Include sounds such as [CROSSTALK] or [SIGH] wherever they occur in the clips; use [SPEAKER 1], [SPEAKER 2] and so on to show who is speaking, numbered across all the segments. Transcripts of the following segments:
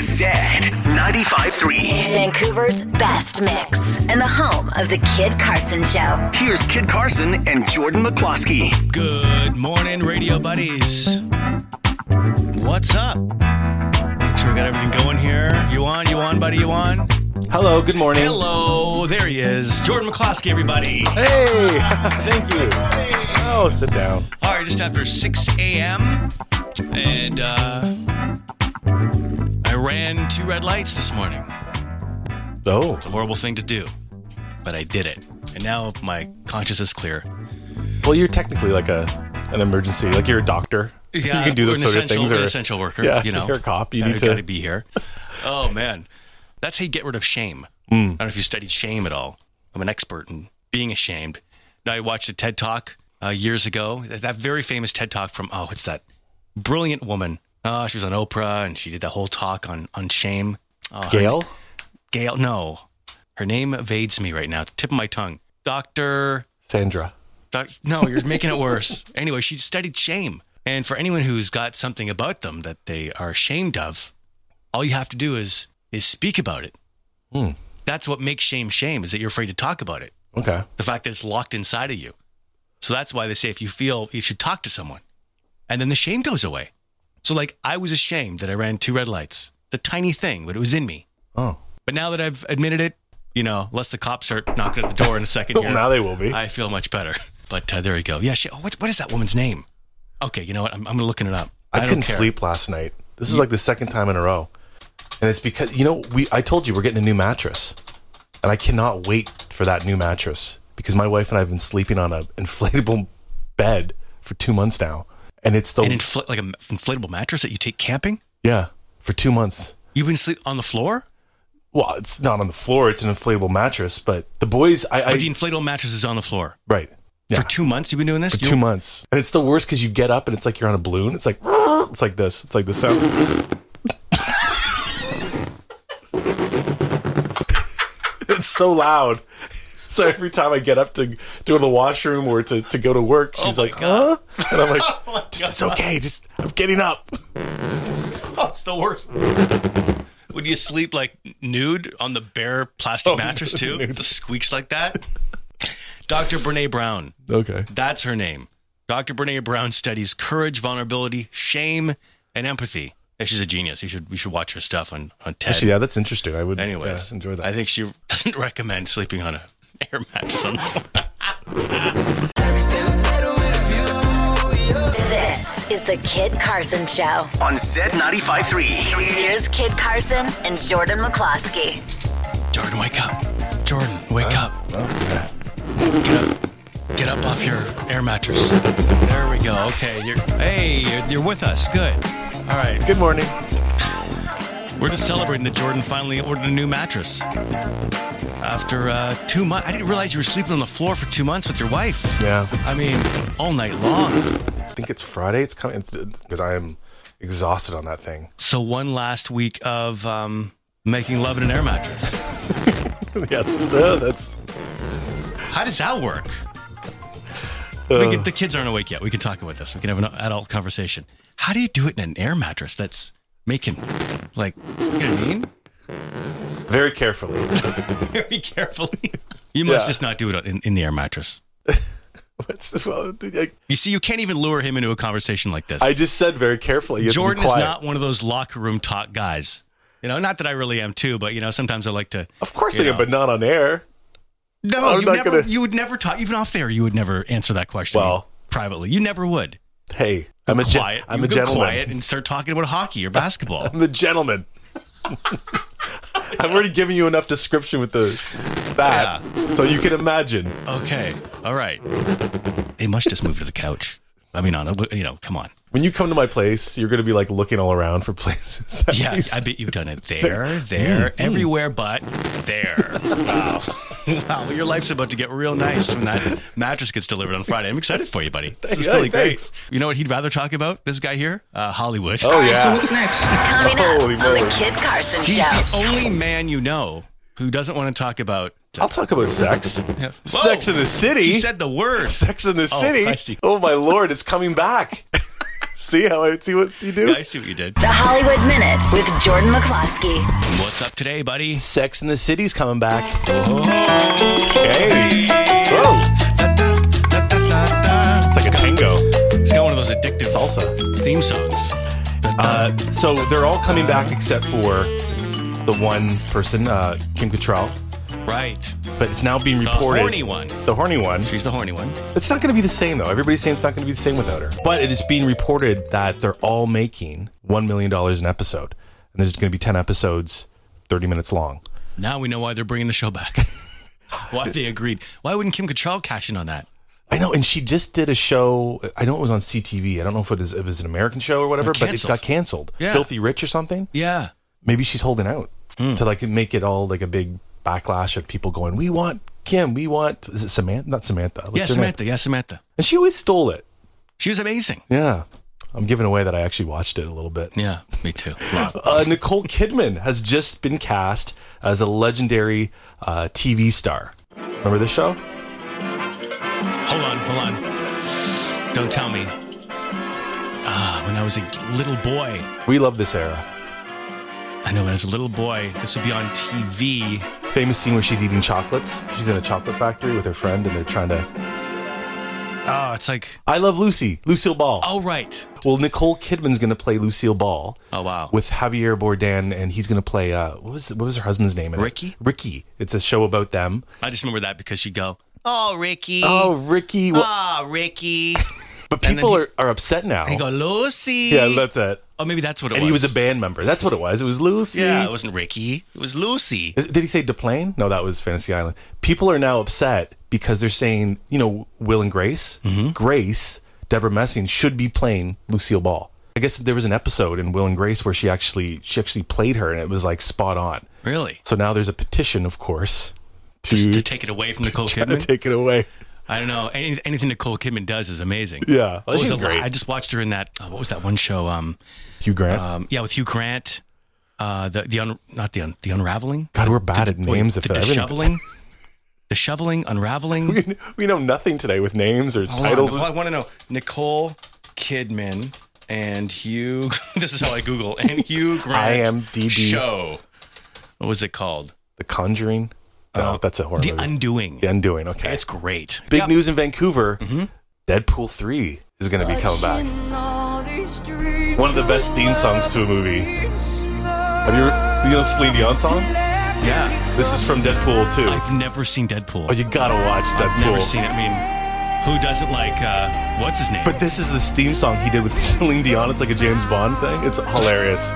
[SPEAKER 1] Z ninety five three.
[SPEAKER 2] Vancouver's best mix and the home of the Kid Carson Show.
[SPEAKER 1] Here's Kid Carson and Jordan McCloskey.
[SPEAKER 3] Good morning, radio buddies. What's up? Make sure we got everything going here. You on? You on, buddy? You on?
[SPEAKER 4] Hello, good morning.
[SPEAKER 3] Hello, there he is, Jordan McCloskey, everybody.
[SPEAKER 4] Hey, [LAUGHS] thank you. Oh, sit down.
[SPEAKER 3] All right, just after 6 a.m. And uh, I ran two red lights this morning.
[SPEAKER 4] Oh,
[SPEAKER 3] Horrible thing to do, but I did it. And now my conscience is clear.
[SPEAKER 4] well, you're technically like a an emergency, like you're a doctor. you can do those
[SPEAKER 3] we're an
[SPEAKER 4] sort of
[SPEAKER 3] essential-
[SPEAKER 4] things.
[SPEAKER 3] we're
[SPEAKER 4] Or
[SPEAKER 3] an essential worker.
[SPEAKER 4] Yeah,
[SPEAKER 3] you know,
[SPEAKER 4] you're a cop. You
[SPEAKER 3] Yeah,
[SPEAKER 4] need
[SPEAKER 3] we
[SPEAKER 4] to-
[SPEAKER 3] gotta be here. Oh man, that's how you get rid of shame.
[SPEAKER 4] Hmm.
[SPEAKER 3] I don't know if you studied shame at all. I'm an expert in being ashamed. Now I watched a TED talk uh, years ago. That, that very famous TED talk from oh, it's that brilliant woman. Oh, she was on Oprah and she did that whole talk on on shame. Oh, her-
[SPEAKER 4] Gail.
[SPEAKER 3] Gail. No, her name evades me right now. It's the tip of my tongue. Doctor.
[SPEAKER 4] Sandra.
[SPEAKER 3] Doc- No, you're making it worse. [LAUGHS] anyway, she studied shame. And for anyone who's got something about them that they are ashamed of, all you have to do is is speak about it.
[SPEAKER 4] Hmm.
[SPEAKER 3] That's what makes shame shame is that you're afraid to talk about it.
[SPEAKER 4] Okay.
[SPEAKER 3] The fact that it's locked inside of you. So that's why they say if you feel you should talk to someone. And then the shame goes away. So like I was ashamed that I ran two red lights. The tiny thing, but it was in me.
[SPEAKER 4] Oh,
[SPEAKER 3] But now that I've admitted it, you know, unless the cops start knocking at the door in a second
[SPEAKER 4] [LAUGHS] well,
[SPEAKER 3] here.
[SPEAKER 4] now they will be.
[SPEAKER 3] I feel much better. [LAUGHS] But uh, there you go. Yeah. She, oh, what, what is that woman's name? Okay. You know what? I'm, I'm looking it up.
[SPEAKER 4] I,
[SPEAKER 3] don't
[SPEAKER 4] couldn't
[SPEAKER 3] care.
[SPEAKER 4] sleep last night. This is like the second time in a row, and it's because you know we. I told you we're getting a new mattress, and I cannot wait for that new mattress because my wife and I have been sleeping on an inflatable bed for two months now, and it's the
[SPEAKER 3] An infl- like an inflatable mattress that you take camping.
[SPEAKER 4] yeah for two months.
[SPEAKER 3] You've been sleep on the floor.
[SPEAKER 4] Well, it's not on the floor. It's an inflatable mattress. But the boys, I, I
[SPEAKER 3] but the inflatable mattress is on the floor
[SPEAKER 4] right yeah
[SPEAKER 3] for two months. You've been doing this.
[SPEAKER 4] for
[SPEAKER 3] You-
[SPEAKER 4] two months, and it's the worst because you get up and it's like you're on a balloon. It's like [LAUGHS] it's like this. It's like the sound. [LAUGHS] it's so loud. So every time I get up to go to the washroom or to, to go to work,
[SPEAKER 3] Oh
[SPEAKER 4] she's like, "Huh?"
[SPEAKER 3] [LAUGHS]
[SPEAKER 4] And I'm like, just, "It's okay. Just I'm getting up."
[SPEAKER 3] Oh, it's the worst. Would you sleep like nude on the bare plastic
[SPEAKER 4] Oh,
[SPEAKER 3] mattress
[SPEAKER 4] [LAUGHS]
[SPEAKER 3] too?
[SPEAKER 4] nude.
[SPEAKER 3] The squeaks like that. [LAUGHS] Dr. Brene Brown.
[SPEAKER 4] Okay.
[SPEAKER 3] That's her name. Dr. Brene Brown studies courage, vulnerability, shame, and empathy. And she's a genius. You should we should watch her stuff on on TED.
[SPEAKER 4] Actually, yeah, that's interesting. I would
[SPEAKER 3] Anyways,
[SPEAKER 4] yeah, enjoy that.
[SPEAKER 3] I think she [LAUGHS] doesn't recommend sleeping on a [LAUGHS] air mattress on the floor.
[SPEAKER 2] This is the Kid Carson Show.
[SPEAKER 1] on Z95.3.
[SPEAKER 2] Here's Kid Carson and Jordan McCloskey.
[SPEAKER 3] Jordan, wake up. Jordan, wake up.
[SPEAKER 4] Okay.
[SPEAKER 3] Get up off your air mattress. There we go. Okay, you're hey, you're, you're with us. Good. All right,
[SPEAKER 4] Good morning.
[SPEAKER 3] we're just celebrating that Jordan finally ordered a new mattress after uh, two months. I didn't realize you were sleeping on the floor for two months with your wife.
[SPEAKER 4] Yeah.
[SPEAKER 3] I mean, all night long.
[SPEAKER 4] I think it's Friday. It's coming because I am exhausted on that thing.
[SPEAKER 3] So one last week of um, making love in an air mattress.
[SPEAKER 4] [LAUGHS] yeah, that's
[SPEAKER 3] How does that work?
[SPEAKER 4] uh,
[SPEAKER 3] we can, the kids aren't awake yet. We can talk about this. We can have an adult conversation. How do you do it in an air mattress that's making, like, you know what I mean? [LAUGHS]
[SPEAKER 4] very [LAUGHS] carefully.
[SPEAKER 3] Very carefully. You must
[SPEAKER 4] Yeah.
[SPEAKER 3] just not do it in, in the air mattress.
[SPEAKER 4] It's just- well, dude, I,
[SPEAKER 3] You see, you can't even lure him into a conversation like this.
[SPEAKER 4] I just said very carefully. You have
[SPEAKER 3] Jordan
[SPEAKER 4] to
[SPEAKER 3] is
[SPEAKER 4] be quiet.
[SPEAKER 3] not one of those locker room talk guys. You know, not that I really am too, but you know, sometimes I like to.
[SPEAKER 4] Of course,
[SPEAKER 3] you
[SPEAKER 4] I am,
[SPEAKER 3] know.
[SPEAKER 4] but not on air.
[SPEAKER 3] No,
[SPEAKER 4] I'm
[SPEAKER 3] you
[SPEAKER 4] not
[SPEAKER 3] never.
[SPEAKER 4] gonna-
[SPEAKER 3] You would never talk, even off there. You would never answer that question.
[SPEAKER 4] Well-
[SPEAKER 3] privately, you never would.
[SPEAKER 4] Hey, I'm a gen-
[SPEAKER 3] quiet.
[SPEAKER 4] I'm
[SPEAKER 3] You
[SPEAKER 4] a
[SPEAKER 3] go
[SPEAKER 4] gentleman.
[SPEAKER 3] Quiet and start talking about hockey or basketball.
[SPEAKER 4] [LAUGHS] I'm a
[SPEAKER 3] [LAUGHS]
[SPEAKER 4] gentleman. I've already given you enough description with the that, so you can imagine.
[SPEAKER 3] Okay. All right. They must just move to the couch. I mean, on a, you know, come on.
[SPEAKER 4] When you come to my place, you're going to be like looking all around for [LAUGHS] places. at
[SPEAKER 3] Yeah,
[SPEAKER 4] least.
[SPEAKER 3] I bet you've done it there, there,
[SPEAKER 4] Mm-hmm.
[SPEAKER 3] everywhere but
[SPEAKER 4] [LAUGHS]
[SPEAKER 3] there. Wow. [LAUGHS] Wow. Your life's about to get real nice when that mattress gets delivered on Friday. I'm excited for you, buddy. This is
[SPEAKER 4] Hey,
[SPEAKER 3] really great.
[SPEAKER 4] thanks.
[SPEAKER 3] You know what he'd rather talk about? This guy here? Uh, Hollywood.
[SPEAKER 4] oh yeah.
[SPEAKER 2] Coming up
[SPEAKER 4] Holy
[SPEAKER 2] on
[SPEAKER 4] moly.
[SPEAKER 2] the Kid Carson
[SPEAKER 3] He's
[SPEAKER 2] Show.
[SPEAKER 3] the only man you know who doesn't want to talk about.
[SPEAKER 4] I'll talk about sex.
[SPEAKER 3] Yeah.
[SPEAKER 4] Sex
[SPEAKER 3] Whoa.
[SPEAKER 4] in the city. [LAUGHS]
[SPEAKER 3] He said the word.
[SPEAKER 4] Sex in the
[SPEAKER 3] Oh,
[SPEAKER 4] City.
[SPEAKER 3] I see.
[SPEAKER 4] Oh my lord, it's coming back. [LAUGHS] see how I see what you do?
[SPEAKER 3] I see what you did.
[SPEAKER 2] The Hollywood Minute with Jordan McCloskey.
[SPEAKER 3] What's up today, buddy?
[SPEAKER 4] Sex in the City's coming back. Okay. Oh. Whoa. It's like a tango
[SPEAKER 3] It's got one of those addictive
[SPEAKER 4] salsa.
[SPEAKER 3] theme songs.
[SPEAKER 4] Uh, so they're all coming back except for the one person, uh, Kim Cattrall.
[SPEAKER 3] Right.
[SPEAKER 4] But it's now being reported.
[SPEAKER 3] horny one.
[SPEAKER 4] The horny one.
[SPEAKER 3] She's the horny one.
[SPEAKER 4] It's not going to be the same though. Everybody's saying it's not going to be the same without her. But it is being reported that they're all making one million dollars an episode, and there's going to be ten episodes, thirty minutes long.
[SPEAKER 3] Now we know why they're bringing the show back. [LAUGHS] why they agreed. Why wouldn't Kim Cattrall cash in on that?
[SPEAKER 4] I know, and she just did a show. I know it was on CTV. I don't know if it, is, if it was an American show or whatever,
[SPEAKER 3] It
[SPEAKER 4] but it
[SPEAKER 3] canceled.
[SPEAKER 4] got canceled.
[SPEAKER 3] Yeah.
[SPEAKER 4] Filthy Rich or something.
[SPEAKER 3] Yeah.
[SPEAKER 4] Maybe she's holding out
[SPEAKER 3] Hmm.
[SPEAKER 4] to like make it all like a big backlash of people going, "We want Kim. We want is it Samantha? Not Samantha. What's
[SPEAKER 3] yeah,
[SPEAKER 4] her name?
[SPEAKER 3] Samantha. Yeah, Samantha.
[SPEAKER 4] And she always stole it.
[SPEAKER 3] She was amazing.
[SPEAKER 4] Yeah, I'm giving away that I actually watched it a little bit.
[SPEAKER 3] Yeah, me too.
[SPEAKER 4] uh, Nicole Kidman has just been cast as a legendary uh, TV star. Remember this show?
[SPEAKER 3] Hold on, hold on. Don't tell me. Ah, when I was a little boy,
[SPEAKER 4] We love this era.
[SPEAKER 3] I know when I was a little boy, this would be on TV.
[SPEAKER 4] Famous scene where she's eating chocolates. She's in a chocolate factory with her friend, and they're trying to.
[SPEAKER 3] Oh, it's like,
[SPEAKER 4] I love Lucy, Lucille Ball.
[SPEAKER 3] oh, right.
[SPEAKER 4] Well, Nicole Kidman's going to play Lucille Ball.
[SPEAKER 3] Oh, wow.
[SPEAKER 4] With Javier Bardem, and he's going to play uh, what was what was her husband's name? in it?
[SPEAKER 3] Ricky?
[SPEAKER 4] Ricky. It's a show about them.
[SPEAKER 3] I just remember that because she'd go, oh, Ricky.
[SPEAKER 4] Oh, Ricky. Well,
[SPEAKER 3] Ah,
[SPEAKER 4] [LAUGHS]
[SPEAKER 3] Ricky.
[SPEAKER 4] but
[SPEAKER 3] and then
[SPEAKER 4] people
[SPEAKER 3] he-
[SPEAKER 4] are, are upset now.
[SPEAKER 3] I go, Lucy.
[SPEAKER 4] yeah, that's it.
[SPEAKER 3] oh, maybe that's what it
[SPEAKER 4] And
[SPEAKER 3] was.
[SPEAKER 4] he was a band member. That's what it was. It was Lucy.
[SPEAKER 3] Yeah, it wasn't Ricky. It was Lucy.
[SPEAKER 4] Is- Did he say Deplane? No, that was Fantasy Island. People are now upset because they're saying, you know, Will and Grace,
[SPEAKER 3] Mm-hmm.
[SPEAKER 4] Grace, Deborah Messing should be playing Lucille Ball. I guess there was an episode in Will and Grace where she actually she actually played her, and it was like spot on.
[SPEAKER 3] Really?
[SPEAKER 4] So now there's a petition, of course, to, [LAUGHS]
[SPEAKER 3] Just to take it away from Nicole
[SPEAKER 4] try to
[SPEAKER 3] Kidman.
[SPEAKER 4] take it away.
[SPEAKER 3] I don't know. Any, anything Nicole Kidman does is amazing.
[SPEAKER 4] Yeah,
[SPEAKER 3] What was
[SPEAKER 4] she's
[SPEAKER 3] the-
[SPEAKER 4] great.
[SPEAKER 3] I just watched her in that. Oh, what was that one show? Um,
[SPEAKER 4] Hugh Grant.
[SPEAKER 3] um, yeah, with Hugh Grant. Uh, the the un, not the un, the unraveling.
[SPEAKER 4] God, we're bad at
[SPEAKER 3] Wait,
[SPEAKER 4] names.
[SPEAKER 3] The
[SPEAKER 4] if that- everything- [LAUGHS]
[SPEAKER 3] dishoveling. the shoveling, unraveling.
[SPEAKER 4] we know nothing today with names or
[SPEAKER 3] Hold on.
[SPEAKER 4] titles.
[SPEAKER 3] Well, I want to know Nicole Kidman and Hugh. [LAUGHS] this is how I Google and
[SPEAKER 4] [LAUGHS]
[SPEAKER 3] Hugh Grant.
[SPEAKER 4] IMDb.
[SPEAKER 3] show. What was it called?
[SPEAKER 4] the Conjuring. No, that's a horror
[SPEAKER 3] Uh, The
[SPEAKER 4] movie.
[SPEAKER 3] Undoing.
[SPEAKER 4] the Undoing. Okay,
[SPEAKER 3] It's great.
[SPEAKER 4] Big news in Vancouver
[SPEAKER 3] Mm-hmm.
[SPEAKER 4] Deadpool 3 is going to be coming back. One of the best theme songs to a movie. Have you ever, you know the Celine Dion song?
[SPEAKER 3] Yeah.
[SPEAKER 4] This is from Deadpool 2.
[SPEAKER 3] I've never seen Deadpool.
[SPEAKER 4] Oh, you gotta watch Deadpool.
[SPEAKER 3] Never seen it. I mean, who doesn't like uh, what's his name?
[SPEAKER 4] But this is this theme song he did with [LAUGHS] Celine Dion. It's like a James Bond thing. It's hilarious.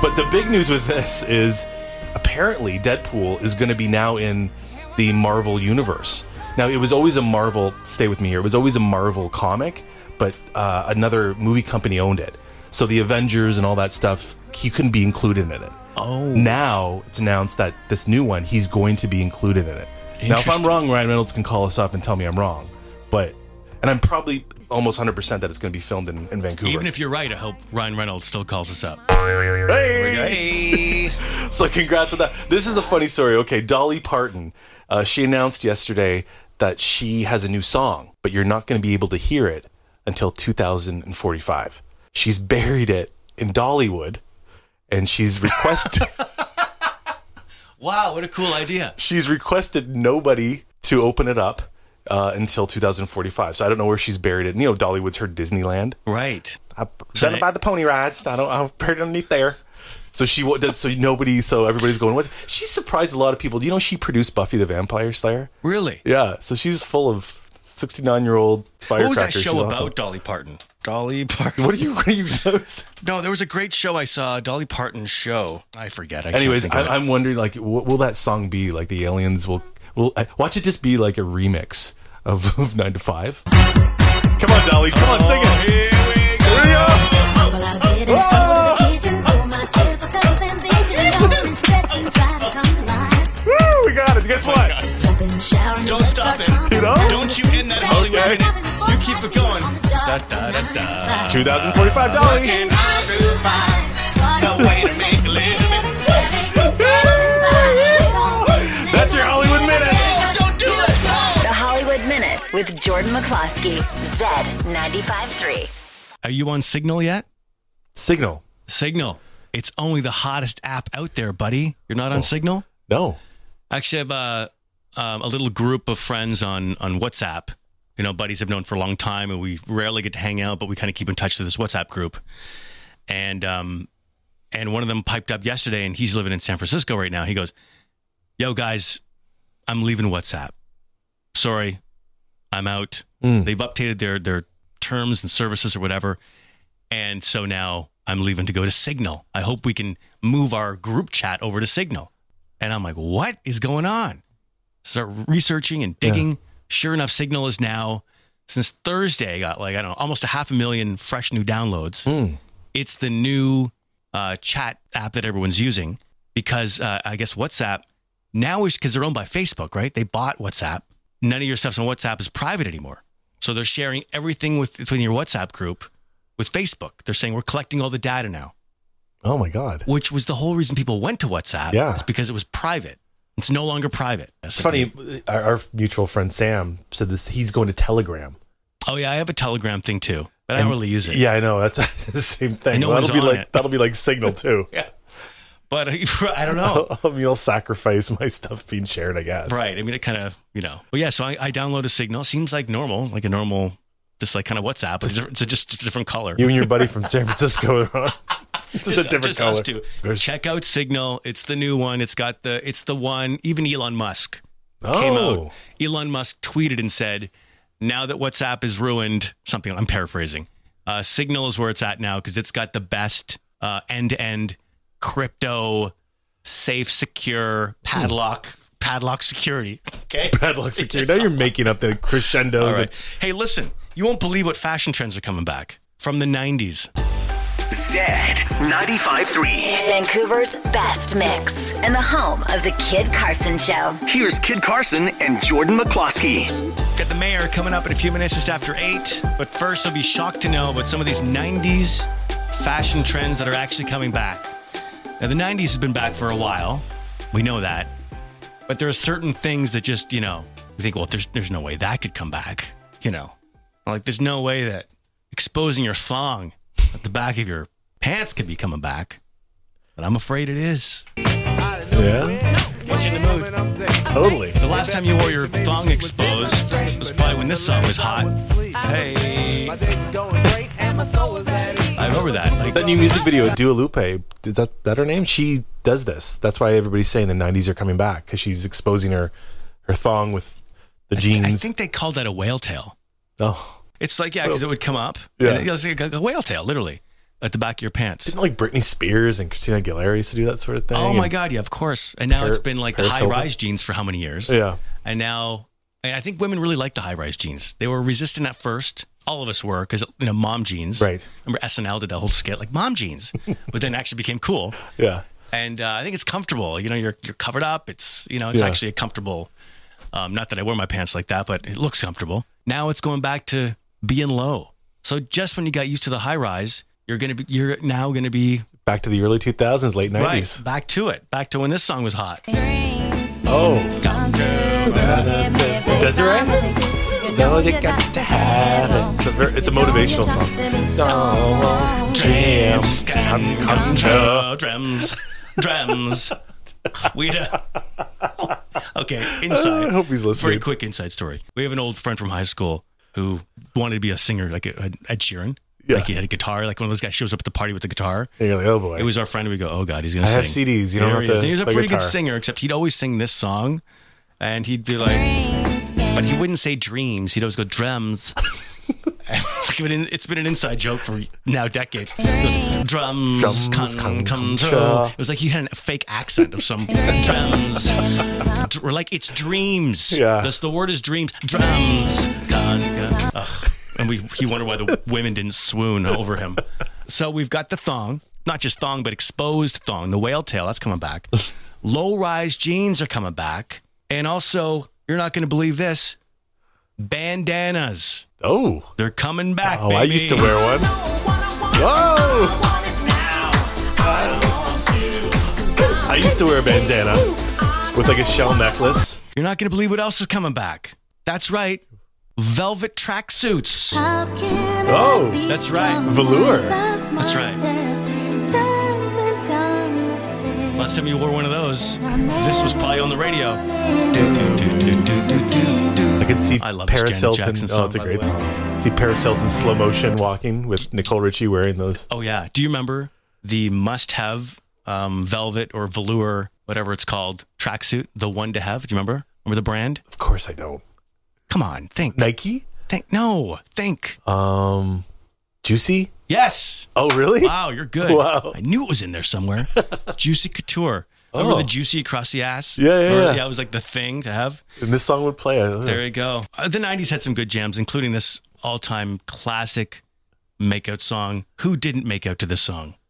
[SPEAKER 4] But the big news with this is apparently Deadpool is going to be now in the Marvel universe. Now, it was always a Marvel, stay with me here, it was always a Marvel comic, but uh, another movie company owned it. So the Avengers and all that stuff, he couldn't be included in it.
[SPEAKER 3] Oh.
[SPEAKER 4] Now it's announced that this new one, he's going to be included in it. Now, if I'm
[SPEAKER 3] Interesting.
[SPEAKER 4] wrong, Ryan Reynolds can call us up and tell me I'm wrong. But, and I'm probably almost 100% that it's going to be filmed in, in Vancouver.
[SPEAKER 3] Even if you're right, I hope Ryan Reynolds still calls us up.
[SPEAKER 4] Hey! [LAUGHS] so, congrats on that. This is a funny story. Okay, Dolly Parton, uh, she announced yesterday that she has a new song, but you're not going to be able to hear it until 2045. She's buried it in Dollywood, and
[SPEAKER 3] [LAUGHS]
[SPEAKER 4] she's requested.
[SPEAKER 3] Wow, what a cool idea.
[SPEAKER 4] [LAUGHS] she's requested nobody to open it up uh, until 2045. So I don't know where she's buried it. You know, Dollywood's her Disneyland.
[SPEAKER 3] Right.
[SPEAKER 4] I done it
[SPEAKER 3] they-
[SPEAKER 4] by the pony rides. I don't. I'm buried underneath there. So she wa- does. So nobody. So everybody's going. What? She surprised a lot of people. Do You know, she produced Buffy the Vampire Slayer.
[SPEAKER 3] Really?
[SPEAKER 4] Yeah. So she's full of 69 year old
[SPEAKER 3] What
[SPEAKER 4] firecrackers.
[SPEAKER 3] was that show
[SPEAKER 4] She's
[SPEAKER 3] about
[SPEAKER 4] awesome.
[SPEAKER 3] Dolly Parton? Dolly Parton.
[SPEAKER 4] What are you? What are you?
[SPEAKER 3] [LAUGHS] No, there was a great show I saw, Dolly Parton's show. I forget. I can't
[SPEAKER 4] Anyways,
[SPEAKER 3] think of
[SPEAKER 4] I,
[SPEAKER 3] it.
[SPEAKER 4] I'm wondering like, what will that song be? Like the aliens will. Will I- watch it just be like a remix of, [LAUGHS] of Nine to Five. Come on, Dolly. Come on, sing it.
[SPEAKER 3] Here we go.
[SPEAKER 4] Hurry up.
[SPEAKER 5] Tumble out of bed and stumble to the kitchen. Pour myself a cup of ambition. Yawn and stretch and try to come alive.
[SPEAKER 4] Woo, we got it. Guess what?
[SPEAKER 5] Jump in the shower and
[SPEAKER 3] Don't
[SPEAKER 5] let's
[SPEAKER 3] stop
[SPEAKER 5] start
[SPEAKER 3] it.
[SPEAKER 5] climbing.
[SPEAKER 4] You know?
[SPEAKER 3] Don't you end that Hollywood
[SPEAKER 5] Okay.
[SPEAKER 3] minute. You keep it going.
[SPEAKER 5] On the job
[SPEAKER 3] Da, da, da,
[SPEAKER 5] from nine to
[SPEAKER 3] da.
[SPEAKER 4] 2045
[SPEAKER 5] five.
[SPEAKER 4] Dolly.
[SPEAKER 5] Nine to five.
[SPEAKER 3] No way to make a living.
[SPEAKER 4] [LAUGHS] That's your Hollywood Minute.
[SPEAKER 5] Don't do it.
[SPEAKER 2] The Hollywood Minute with Jordan McCloskey. Z95.3.
[SPEAKER 3] Are you on Signal yet?
[SPEAKER 4] Signal.
[SPEAKER 3] Signal. It's only the hottest app out there, buddy. You're not on Signal?
[SPEAKER 4] No.
[SPEAKER 3] Actually, I have uh, um, a little group of friends on on WhatsApp. You know, buddies I've known for a long time, and we rarely get to hang out, but we kind of keep in touch through this WhatsApp group. And um, and one of them piped up yesterday, and he's living in San Francisco right now. He goes, "Yo, guys, I'm leaving WhatsApp. Sorry, I'm out. They've updated their their terms and services or whatever, and so now I'm leaving to go to Signal. I hope we can move our group chat over to Signal." And I'm like, what is going on? Start researching and digging. Sure enough, Signal is now, since Thursday, got like, I don't know, almost a half a million fresh new downloads. It's the new uh, chat app that everyone's using because uh, I guess WhatsApp now is because they're owned by Facebook, right? They bought WhatsApp. None of your stuff's on WhatsApp is private anymore. So they're sharing everything with, within your WhatsApp group with Facebook. They're saying we're collecting all the data now
[SPEAKER 4] Oh my God.
[SPEAKER 3] which was the whole reason people went to WhatsApp.
[SPEAKER 4] Yeah.
[SPEAKER 3] It's because it was private. It's no longer private.
[SPEAKER 4] It's funny. Our, our mutual friend Sam said this. He's going to Telegram.
[SPEAKER 3] Oh yeah, I have a Telegram thing too, but I don't really use it.
[SPEAKER 4] Yeah, I know. That's [LAUGHS] the same thing.
[SPEAKER 3] And no
[SPEAKER 4] that'll
[SPEAKER 3] one's
[SPEAKER 4] be
[SPEAKER 3] on
[SPEAKER 4] like
[SPEAKER 3] it.
[SPEAKER 4] that'll be like
[SPEAKER 3] [LAUGHS]
[SPEAKER 4] Signal too.
[SPEAKER 3] But I [LAUGHS] don't
[SPEAKER 4] [LAUGHS]
[SPEAKER 3] know.
[SPEAKER 4] I mean, I'll sacrifice my stuff being shared. I guess.
[SPEAKER 3] Oh. right. I mean, it kind of you know. But yeah, so I, I download a Signal. Seems like normal, like a normal, just like kind of WhatsApp. It's, a, it's a just a different color.
[SPEAKER 4] You and your buddy from San Francisco. [LAUGHS] are on. it's just,
[SPEAKER 3] just,
[SPEAKER 4] a different
[SPEAKER 3] just
[SPEAKER 4] color.
[SPEAKER 3] us two.
[SPEAKER 4] There's-
[SPEAKER 3] Check out Signal. It's the new one. It's got the. It's the one. Even Elon Musk
[SPEAKER 4] oh,
[SPEAKER 3] came out. Elon Musk tweeted and said, "Now that WhatsApp is ruined, something I'm paraphrasing. Uh, Signal is where it's at now because it's got the best uh, end-to-end crypto, safe, secure padlock, padlock security." Okay. [LAUGHS]
[SPEAKER 4] padlock security. Now you're making up the
[SPEAKER 3] All
[SPEAKER 4] crescendos.
[SPEAKER 3] right. Hey, listen, you won't believe what fashion trends are coming back from the '90s.
[SPEAKER 1] Z95.3.
[SPEAKER 2] Vancouver's best mix and the home of the Kid Carson Show.
[SPEAKER 1] Here's Kid Carson and Jordan McCloskey.
[SPEAKER 3] Got the mayor coming up in a few minutes just after eight. But first, you'll be shocked to know about some of these 90s fashion trends that are actually coming back. Now, the 90s has been back for a while. We know that. But there are certain things that just, you know, you think, well, there's, there's no way that could come back. You know, like there's no way that exposing your thong at the back of your pants could be coming back. But I'm afraid it is.
[SPEAKER 4] And, yeah, totally.
[SPEAKER 3] The last time you wore your thong exposed was probably when this song was hot. Hey. I remember that. Like,
[SPEAKER 4] That new music video, Dua Lupe, is that that her name? She does this. That's why everybody's saying the '90s are coming back because she's exposing her her thong with the jeans.
[SPEAKER 3] I think they called that a whale tail.
[SPEAKER 4] oh,
[SPEAKER 3] It's like yeah, because it would come up.
[SPEAKER 4] Yeah.
[SPEAKER 3] and it was like a whale tail, literally, at the back of your pants.
[SPEAKER 4] didn't like Britney Spears and Christina Aguilera used to do that sort of thing.
[SPEAKER 3] Oh my
[SPEAKER 4] and-
[SPEAKER 3] god, yeah, of course. And now
[SPEAKER 4] Par-
[SPEAKER 3] it's been like the
[SPEAKER 4] Paris
[SPEAKER 3] high
[SPEAKER 4] Hilton.
[SPEAKER 3] rise jeans for how many years?
[SPEAKER 4] Yeah,
[SPEAKER 3] And now, and I think women really like the high rise jeans. They were resistant at first. All of us were because you know mom jeans.
[SPEAKER 4] Right.
[SPEAKER 3] Remember SNL did that whole skit like mom
[SPEAKER 4] [LAUGHS]
[SPEAKER 3] jeans, but then actually became cool.
[SPEAKER 4] yeah.
[SPEAKER 3] and uh, I think it's comfortable. You know, you're you're covered up. It's you know, it's
[SPEAKER 4] Yeah.
[SPEAKER 3] actually a comfortable. Um, not that I wear my pants like that, but it looks comfortable. Now it's going back to being low. So just when you got used to the high rise, you're gonna be you're now gonna be
[SPEAKER 4] Back to the early 2000s, late 90s.
[SPEAKER 3] right back to it, back to when this song was hot.
[SPEAKER 4] Oh, Desiree? No, you got to have it. It's a, ver- it's a motivational song. So, dreams can come true.
[SPEAKER 3] Uh, drums, [LAUGHS] drums. We uh, [LAUGHS] okay inside.
[SPEAKER 4] I hope he's
[SPEAKER 3] Very
[SPEAKER 4] listening.
[SPEAKER 3] quick inside story. We have an old friend from high school who wanted to be a singer, like a- a- Ed Sheeran.
[SPEAKER 4] Yeah.
[SPEAKER 3] Like he had a guitar, like one of those guys shows up at the party with the guitar.
[SPEAKER 4] And you're like, oh boy.
[SPEAKER 3] It was our friend. We go, oh god, he's gonna
[SPEAKER 4] I
[SPEAKER 3] sing.
[SPEAKER 4] have CDs. You don't
[SPEAKER 3] There
[SPEAKER 4] have
[SPEAKER 3] he, is.
[SPEAKER 4] to
[SPEAKER 3] And he was a
[SPEAKER 4] play
[SPEAKER 3] pretty good
[SPEAKER 4] guitar.
[SPEAKER 3] singer, except he'd always sing this song, and he'd be like, but he wouldn't say dreams. He'd always go drums. [LAUGHS] it's been an- it's been an inside joke for now decades. He goes, drums,
[SPEAKER 4] Drums
[SPEAKER 3] come,
[SPEAKER 4] come-
[SPEAKER 3] come,
[SPEAKER 4] come
[SPEAKER 3] true."
[SPEAKER 4] true.
[SPEAKER 3] It was like he had a fake accent of some drums. Dr- We're like it's dreams.
[SPEAKER 4] Yeah.
[SPEAKER 3] that's the word is dreams. Drums. Come, come. Ugh. And we he wondered why the women didn't swoon over him. So we've got the thong, not just thong, but exposed thong, the whale tail. That's coming back. Low rise jeans are coming back, and also you're not going to believe this, bandanas.
[SPEAKER 4] Oh,
[SPEAKER 3] They're coming back.
[SPEAKER 4] oh, I
[SPEAKER 3] baby.
[SPEAKER 4] used to wear one. Whoa! I used to wear a bandana with like a shell necklace.
[SPEAKER 3] You're not going to believe what else is coming back. That's right. velvet tracksuits.
[SPEAKER 4] Oh,
[SPEAKER 3] that's right.
[SPEAKER 4] Velour.
[SPEAKER 3] That's right. Last time you wore one of those, this was probably on the radio. Do, do, do, do, do, do, do, do.
[SPEAKER 4] I could see
[SPEAKER 3] I love this
[SPEAKER 4] Paris
[SPEAKER 3] Janet
[SPEAKER 4] Hilton.
[SPEAKER 3] Jackson
[SPEAKER 4] oh,
[SPEAKER 3] song,
[SPEAKER 4] it's a
[SPEAKER 3] by
[SPEAKER 4] great
[SPEAKER 3] the
[SPEAKER 4] song. See Paris Hilton slow motion walking with Nicole Richie wearing those.
[SPEAKER 3] Oh yeah. Do you remember the must-have um, velvet or velour, whatever it's called, tracksuit? The one to have. Do you remember? Remember the brand?
[SPEAKER 4] Of course, I don't.
[SPEAKER 3] Come on, think.
[SPEAKER 4] Nike,
[SPEAKER 3] Think. No, think.
[SPEAKER 4] um, Juicy. [LAUGHS]
[SPEAKER 3] Yes.
[SPEAKER 4] Oh, really?
[SPEAKER 3] Wow, you're good.
[SPEAKER 4] [LAUGHS] Wow.
[SPEAKER 3] I knew it was in there
[SPEAKER 4] [LAUGHS]
[SPEAKER 3] somewhere. Juicy Couture. Remember
[SPEAKER 4] Oh.
[SPEAKER 3] the juicy across the ass?
[SPEAKER 4] Yeah, yeah,
[SPEAKER 3] Remember-
[SPEAKER 4] yeah.
[SPEAKER 3] Yeah, it was like the thing to have.
[SPEAKER 4] And this song would play. I don't know.
[SPEAKER 3] There you go. Uh, the 90s had some good jams, including this all time classic makeout song. Who didn't make out to this song? [LAUGHS]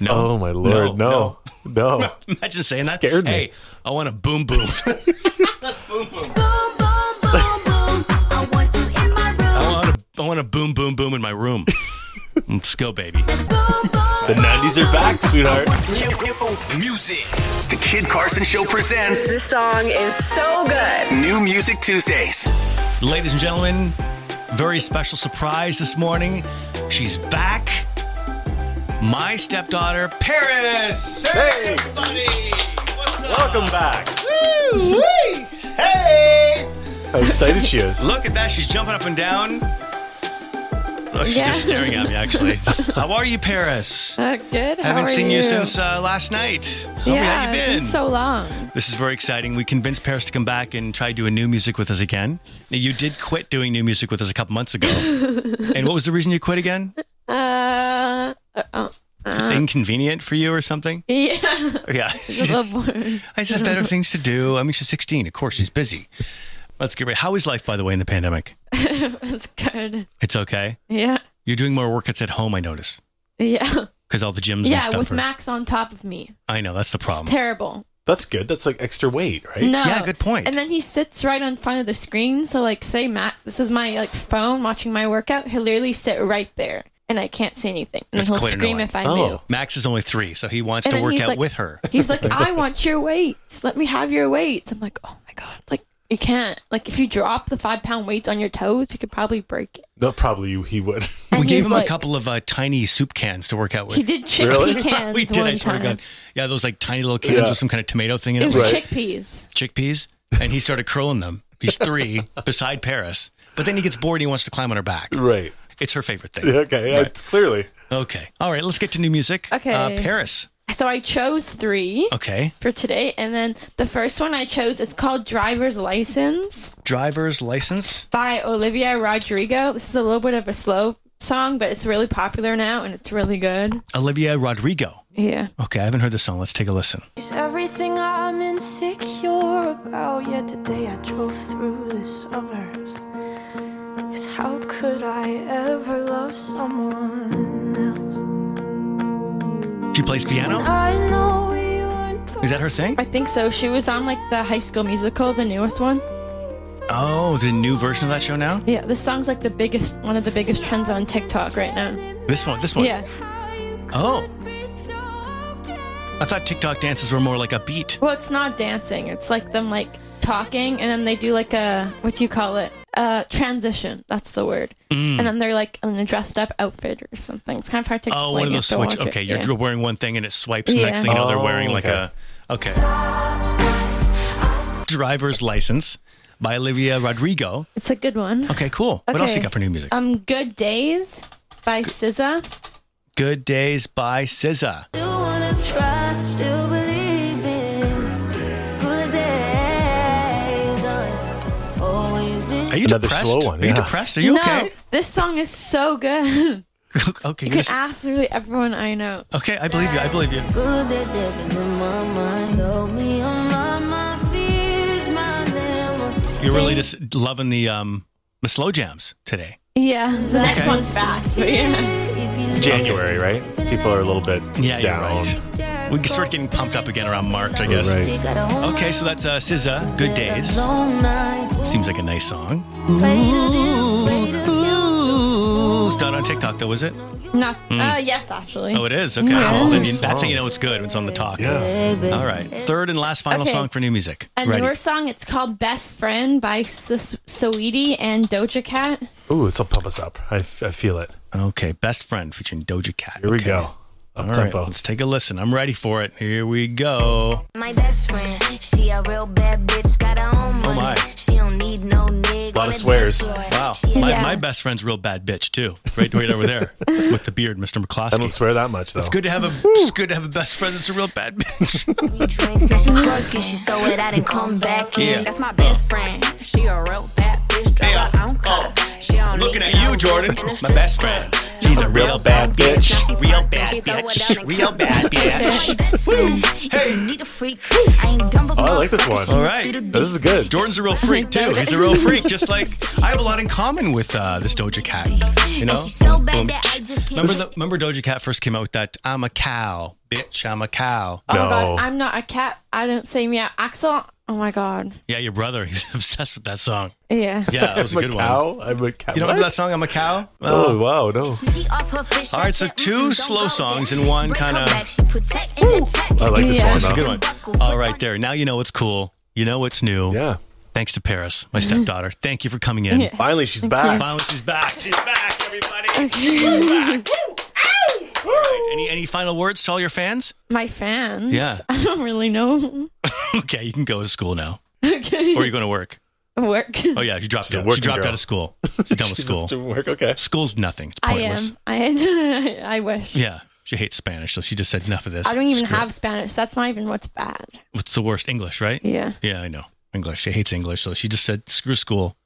[SPEAKER 3] No.
[SPEAKER 4] Oh my lord! No, no.
[SPEAKER 3] Imagine saying that.
[SPEAKER 4] Scared me.
[SPEAKER 3] Hey, I want a boom boom. [LAUGHS] I want a, I want a boom boom boom in my
[SPEAKER 4] [LAUGHS]
[SPEAKER 3] room. Let's go, baby.
[SPEAKER 4] [LAUGHS] the '90s are back, sweetheart.
[SPEAKER 1] music. The Kid Carson Show presents
[SPEAKER 6] This song is so good.
[SPEAKER 1] New Music Tuesdays.
[SPEAKER 3] Ladies and gentlemen, very special surprise this morning. She's back. My stepdaughter, Paris.
[SPEAKER 4] Hey.
[SPEAKER 3] everybody. What's up?
[SPEAKER 4] Welcome back.
[SPEAKER 3] Hey.
[SPEAKER 4] How excited she is.
[SPEAKER 3] Look at that. She's jumping up and down. Oh, she's
[SPEAKER 7] Yeah.
[SPEAKER 3] just staring at me,
[SPEAKER 7] [LAUGHS]
[SPEAKER 3] actually. How are you, Paris?
[SPEAKER 7] Uh, good. How
[SPEAKER 3] Haven't
[SPEAKER 7] are
[SPEAKER 3] seen you,
[SPEAKER 7] you
[SPEAKER 3] since uh, last night. How
[SPEAKER 7] yeah,
[SPEAKER 3] have you
[SPEAKER 7] it's
[SPEAKER 3] been?
[SPEAKER 7] been so long.
[SPEAKER 3] This is very exciting. We convinced Paris to come back and try doing new music with us again. Now, You did quit doing new music with us a couple months
[SPEAKER 7] [LAUGHS]
[SPEAKER 3] ago. and what was the reason you quit again?
[SPEAKER 7] Uh, oh,
[SPEAKER 3] It was inconvenient for you or something?
[SPEAKER 7] yeah. [LAUGHS]
[SPEAKER 3] Yeah.
[SPEAKER 7] I love [LAUGHS] word.
[SPEAKER 3] [LAUGHS] I just have better things to do. I mean, she's 16. Of course, she's busy. Let's get ready. How is life, by the way, in the pandemic?
[SPEAKER 7] it's good.
[SPEAKER 3] It's okay.
[SPEAKER 7] Yeah.
[SPEAKER 3] You're doing more workouts at home, I notice,
[SPEAKER 7] Yeah.
[SPEAKER 3] because all the gyms and
[SPEAKER 7] Yeah,
[SPEAKER 3] stuff
[SPEAKER 7] with
[SPEAKER 3] are.
[SPEAKER 7] Max on top of me.
[SPEAKER 3] I know, that's the problem.
[SPEAKER 7] It's terrible.
[SPEAKER 4] That's good. That's like extra weight, right?
[SPEAKER 7] No.
[SPEAKER 3] Yeah, good point.
[SPEAKER 7] And then he sits right in front of the screen. So, like, say Max, this is my like phone watching my workout. He'll literally sit right there, and I can't see anything. And
[SPEAKER 3] That's
[SPEAKER 7] he'll
[SPEAKER 3] quite
[SPEAKER 7] scream
[SPEAKER 3] annoying.
[SPEAKER 7] if I
[SPEAKER 4] Oh.
[SPEAKER 7] move.
[SPEAKER 3] Max is only three, so he wants
[SPEAKER 7] And
[SPEAKER 3] to
[SPEAKER 7] then
[SPEAKER 3] work
[SPEAKER 7] he's
[SPEAKER 3] out
[SPEAKER 7] like-
[SPEAKER 3] with her.
[SPEAKER 7] He's
[SPEAKER 3] [LAUGHS]
[SPEAKER 7] like, I want your weights. Let me have your weights. I'm like, oh my god, like you can't. Like if you drop the five pound weights on your toes, you could probably break it.
[SPEAKER 4] No, probably you- he would. [LAUGHS]
[SPEAKER 3] we
[SPEAKER 7] And
[SPEAKER 3] gave
[SPEAKER 7] he's
[SPEAKER 3] him a
[SPEAKER 7] like-
[SPEAKER 3] couple of uh, tiny soup cans to work out with.
[SPEAKER 7] He did chickpea
[SPEAKER 4] Really?
[SPEAKER 3] [LAUGHS]
[SPEAKER 7] cans.
[SPEAKER 3] we did,
[SPEAKER 7] One
[SPEAKER 3] I swear
[SPEAKER 7] time.
[SPEAKER 3] to God. Yeah, those like tiny little cans
[SPEAKER 4] Yeah.
[SPEAKER 3] with some kind of tomato thing in
[SPEAKER 7] It
[SPEAKER 3] it,
[SPEAKER 7] was
[SPEAKER 4] Right.
[SPEAKER 7] chickpeas.
[SPEAKER 3] chickpeas, and he started curling them. He's three
[SPEAKER 4] [LAUGHS]
[SPEAKER 3] beside Paris, but then he gets bored and he wants to climb on her back.
[SPEAKER 4] right.
[SPEAKER 3] It's her favorite thing.
[SPEAKER 4] Okay. yeah, it's clearly.
[SPEAKER 3] Okay. All right, let's get to new music.
[SPEAKER 7] Okay.
[SPEAKER 3] Uh, Paris.
[SPEAKER 7] So I chose three
[SPEAKER 3] Okay.
[SPEAKER 7] for today, and then the first one I chose is called "Driver's License"
[SPEAKER 3] Driver's license.
[SPEAKER 7] by Olivia Rodrigo. This is a little bit of a slow song, but it's really popular now, and it's really good.
[SPEAKER 3] Olivia Rodrigo.
[SPEAKER 7] Yeah.
[SPEAKER 3] Okay, I haven't heard this song. Let's take a listen.
[SPEAKER 8] She's everything I'm insecure about. Yet today I drove through the suburbs. Cause how could I ever love someone else?
[SPEAKER 3] She plays piano.
[SPEAKER 8] I know we weren't
[SPEAKER 3] Is that her thing?
[SPEAKER 7] I think so. She was on like the High School Musical, the newest one.
[SPEAKER 3] Oh, the new version of that show now.
[SPEAKER 7] Yeah, this song's like the biggest, one of the biggest trends on TikTok right now.
[SPEAKER 3] This one. This one.
[SPEAKER 7] Yeah.
[SPEAKER 3] Oh. I thought TikTok dances were more like a beat.
[SPEAKER 7] Well, it's not dancing. It's like them like talking, and then they do like a what do you call it? Uh, transition. That's the word.
[SPEAKER 3] Mm.
[SPEAKER 7] And then they're like in a dressed up outfit or something. It's kind of hard to explain.
[SPEAKER 3] Oh, one of
[SPEAKER 7] You
[SPEAKER 3] those
[SPEAKER 7] have to
[SPEAKER 3] switch.
[SPEAKER 7] watch it.
[SPEAKER 3] Okay, you're
[SPEAKER 7] Yeah.
[SPEAKER 3] you're wearing one thing and it swipes. and
[SPEAKER 7] Yeah.
[SPEAKER 3] Next thing you know, they're
[SPEAKER 4] Oh,
[SPEAKER 3] wearing like
[SPEAKER 4] okay.
[SPEAKER 3] a okay driver's license by Olivia Rodrigo.
[SPEAKER 7] It's a good one.
[SPEAKER 3] Okay, cool. What else you
[SPEAKER 7] Okay.
[SPEAKER 3] got for new music?
[SPEAKER 7] Um, Good Days by SZA.
[SPEAKER 3] Good Days by SZA. Are you
[SPEAKER 4] Another
[SPEAKER 3] depressed?
[SPEAKER 4] slow one,
[SPEAKER 3] Are you
[SPEAKER 4] yeah.
[SPEAKER 3] depressed? Are you
[SPEAKER 7] no,
[SPEAKER 3] okay? [LAUGHS]
[SPEAKER 7] this song is so good.
[SPEAKER 3] okay, you're
[SPEAKER 7] you can
[SPEAKER 3] s-
[SPEAKER 7] ask literally everyone I know.
[SPEAKER 3] okay. I believe you. I believe you. You're really just loving the um the slow jams today.
[SPEAKER 7] Yeah, the next
[SPEAKER 3] Okay.
[SPEAKER 7] one's fast, but yeah.
[SPEAKER 4] It's January, right? People are a little bit
[SPEAKER 3] Yeah, you're
[SPEAKER 4] down.
[SPEAKER 3] right. We can start getting pumped up again around March, I guess.
[SPEAKER 4] Right.
[SPEAKER 3] Okay, so that's uh, SZA. Good Days. Seems like a nice song. Ooh, It's not on TikTok though, is it?
[SPEAKER 7] Not. Uh, yes, actually.
[SPEAKER 3] Hmm. Oh, it is. Okay.
[SPEAKER 7] Yeah.
[SPEAKER 3] Well, then
[SPEAKER 4] These
[SPEAKER 3] you- that's how you know
[SPEAKER 4] songs.
[SPEAKER 3] it's good when it's on the talk.
[SPEAKER 4] Yeah.
[SPEAKER 3] All right. Third and last final
[SPEAKER 7] Okay.
[SPEAKER 3] song for new music.
[SPEAKER 7] A
[SPEAKER 3] Ready.
[SPEAKER 7] newer song. It's called Best Friend by S- Saweetie and Doja Cat.
[SPEAKER 4] Ooh, this will pump us up. I, f- I feel it.
[SPEAKER 3] Okay. Best friend featuring Doja Cat.
[SPEAKER 4] Here we
[SPEAKER 3] Okay.
[SPEAKER 4] go. Up
[SPEAKER 3] All right,
[SPEAKER 4] tempo.
[SPEAKER 3] let's take a listen. I'm ready for it. Here we go.
[SPEAKER 5] My best friend, she a real bad bitch, got her own
[SPEAKER 3] Oh,
[SPEAKER 5] money.
[SPEAKER 3] my.
[SPEAKER 5] She don't need no nigga.
[SPEAKER 4] Lot of swears.
[SPEAKER 3] Wow. My, my best friend's real bad bitch too. Right, right over
[SPEAKER 4] [LAUGHS]
[SPEAKER 3] there with the beard, Mr.
[SPEAKER 4] I don't
[SPEAKER 3] McCloskey.
[SPEAKER 4] swear that much though.
[SPEAKER 3] It's good to have a it's good to have a best friend that's a real bad bitch.
[SPEAKER 5] Drinks, now she working. She throw it out and come back in.
[SPEAKER 3] Yeah. Oh.
[SPEAKER 9] That's my best friend. She a real bad bitch.
[SPEAKER 3] Damn.
[SPEAKER 9] Drive her own car.
[SPEAKER 3] Oh.
[SPEAKER 9] She
[SPEAKER 3] [LAUGHS]
[SPEAKER 9] don't
[SPEAKER 3] Looking at
[SPEAKER 9] need
[SPEAKER 3] you,
[SPEAKER 9] no
[SPEAKER 3] Jordan.
[SPEAKER 9] dick. And
[SPEAKER 3] My
[SPEAKER 9] it's
[SPEAKER 3] best
[SPEAKER 9] just
[SPEAKER 3] friend.
[SPEAKER 9] fun.
[SPEAKER 3] She's a
[SPEAKER 9] Now
[SPEAKER 3] real
[SPEAKER 9] she
[SPEAKER 3] bad
[SPEAKER 9] fuck
[SPEAKER 3] bitch.
[SPEAKER 9] now she
[SPEAKER 3] Real
[SPEAKER 9] fuck,
[SPEAKER 3] bad
[SPEAKER 9] she throw it
[SPEAKER 3] bitch.
[SPEAKER 9] down and
[SPEAKER 3] Real
[SPEAKER 9] come
[SPEAKER 3] bad
[SPEAKER 9] [LAUGHS] back.
[SPEAKER 3] bitch.
[SPEAKER 5] My best friend, if you need a freak, I ain't dumb but
[SPEAKER 4] Oh, I like this one.
[SPEAKER 3] All right.
[SPEAKER 4] This is good.
[SPEAKER 3] Jordan's a real freak too. He's a real freak. Just like I have a lot in common with uh, this Doja Cat. You know,
[SPEAKER 5] so bad
[SPEAKER 3] Boom.
[SPEAKER 5] that I just can't-
[SPEAKER 3] remember the, remember Doja Cat first came out with that "I'm a cow, bitch, I'm a cow."
[SPEAKER 7] Oh my
[SPEAKER 4] No.
[SPEAKER 7] god, I'm not a cat. I don't say meow. Axel. Oh my god.
[SPEAKER 3] Yeah, your brother, [LAUGHS] he was obsessed with that song.
[SPEAKER 7] Yeah.
[SPEAKER 3] Yeah, that was a
[SPEAKER 4] I'm
[SPEAKER 3] good
[SPEAKER 4] a
[SPEAKER 3] one.
[SPEAKER 4] cow. I'm a cow.
[SPEAKER 3] You don't
[SPEAKER 4] What?
[SPEAKER 3] remember that song? I'm a cow.
[SPEAKER 4] Oh wow, no.
[SPEAKER 5] She off her fish.
[SPEAKER 3] All right, so two slow songs and one kinda-
[SPEAKER 4] I like this
[SPEAKER 7] Yeah.
[SPEAKER 4] one
[SPEAKER 7] It's
[SPEAKER 4] though.
[SPEAKER 7] a
[SPEAKER 3] Good one. All right, there. Now you know what's cool. You know what's new.
[SPEAKER 4] Yeah.
[SPEAKER 3] Thanks to Paris, my
[SPEAKER 4] [LAUGHS]
[SPEAKER 3] stepdaughter. Thank you for coming in.
[SPEAKER 7] Yeah.
[SPEAKER 4] Finally, she's back.
[SPEAKER 3] Finally, she's back. She's back, everybody.
[SPEAKER 4] [LAUGHS]
[SPEAKER 3] She's back. All right. Any any final words to all your fans? [LAUGHS]
[SPEAKER 7] My fans.
[SPEAKER 3] Yeah.
[SPEAKER 7] [LAUGHS] I don't really know. [LAUGHS]
[SPEAKER 3] Okay, you can go to school now.
[SPEAKER 7] okay.
[SPEAKER 3] Or are you going to work?
[SPEAKER 7] Work.
[SPEAKER 3] Oh yeah, she dropped
[SPEAKER 4] She's a
[SPEAKER 3] out. She
[SPEAKER 4] working
[SPEAKER 3] dropped
[SPEAKER 4] girl.
[SPEAKER 3] out of
[SPEAKER 4] [LAUGHS]
[SPEAKER 3] school. She's done with
[SPEAKER 4] She's
[SPEAKER 3] school.
[SPEAKER 4] just doing work. Okay. [LAUGHS]
[SPEAKER 3] School's nothing. It's
[SPEAKER 7] I
[SPEAKER 3] pointless.
[SPEAKER 7] am. I [LAUGHS] I wish.
[SPEAKER 3] Yeah. She hates Spanish, so she just said enough of this.
[SPEAKER 7] I don't even
[SPEAKER 3] Screw it.
[SPEAKER 7] have Spanish. That's not even what's bad.
[SPEAKER 3] What's the worst? English, right?
[SPEAKER 7] Yeah.
[SPEAKER 3] Yeah, I know. English. She hates English, so she just said screw school.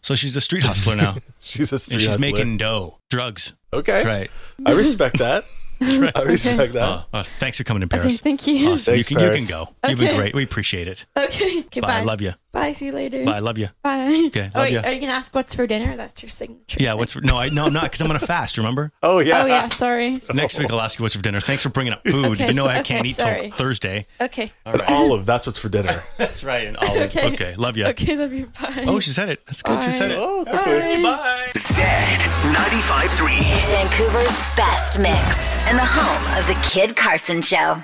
[SPEAKER 3] So she's a street hustler
[SPEAKER 4] [LAUGHS]
[SPEAKER 3] now.
[SPEAKER 4] She's a
[SPEAKER 3] and
[SPEAKER 4] street
[SPEAKER 3] she's
[SPEAKER 4] hustler.
[SPEAKER 3] making dough. Drugs.
[SPEAKER 4] Okay.
[SPEAKER 3] That's right.
[SPEAKER 4] I respect that.
[SPEAKER 3] [LAUGHS]
[SPEAKER 4] I respect that.
[SPEAKER 3] Uh, uh, thanks for coming in
[SPEAKER 7] Okay,
[SPEAKER 3] Paris.
[SPEAKER 7] thank you.
[SPEAKER 3] Awesome.
[SPEAKER 4] Thanks,
[SPEAKER 3] you can
[SPEAKER 4] Paris.
[SPEAKER 3] you can go. You've been
[SPEAKER 7] Okay.
[SPEAKER 3] great. We appreciate it.
[SPEAKER 7] Okay. [LAUGHS] okay
[SPEAKER 3] Bye.
[SPEAKER 7] bye.
[SPEAKER 3] I love you.
[SPEAKER 7] Bye. See you later.
[SPEAKER 3] Bye. I love you.
[SPEAKER 7] Bye.
[SPEAKER 3] Okay,
[SPEAKER 7] Oh,
[SPEAKER 3] love
[SPEAKER 7] wait,
[SPEAKER 3] ya.
[SPEAKER 7] are you gonna ask what's for dinner? That's your signature.
[SPEAKER 3] Yeah. What's for, no? I no. I'm not because I'm on a fast. Remember.
[SPEAKER 4] Oh yeah.
[SPEAKER 7] Oh yeah. Sorry.
[SPEAKER 3] Next week I'll ask you what's for dinner. Thanks for bringing up food.
[SPEAKER 7] Okay,
[SPEAKER 3] You know I
[SPEAKER 7] okay,
[SPEAKER 3] can't eat
[SPEAKER 7] sorry.
[SPEAKER 3] till Thursday.
[SPEAKER 7] Okay.
[SPEAKER 4] An olive. That's what's
[SPEAKER 3] [LAUGHS]
[SPEAKER 4] for dinner.
[SPEAKER 3] That's right. And olive. Oh, Okay.
[SPEAKER 7] [LAUGHS] Okay.
[SPEAKER 3] love you.
[SPEAKER 7] Okay. Love you. Bye.
[SPEAKER 3] Oh, she said it. That's good. She said it.
[SPEAKER 4] oh, okay.
[SPEAKER 3] Bye.
[SPEAKER 1] Zed 95.3.
[SPEAKER 2] Vancouver's best mix and the home of the Kid Carson Show.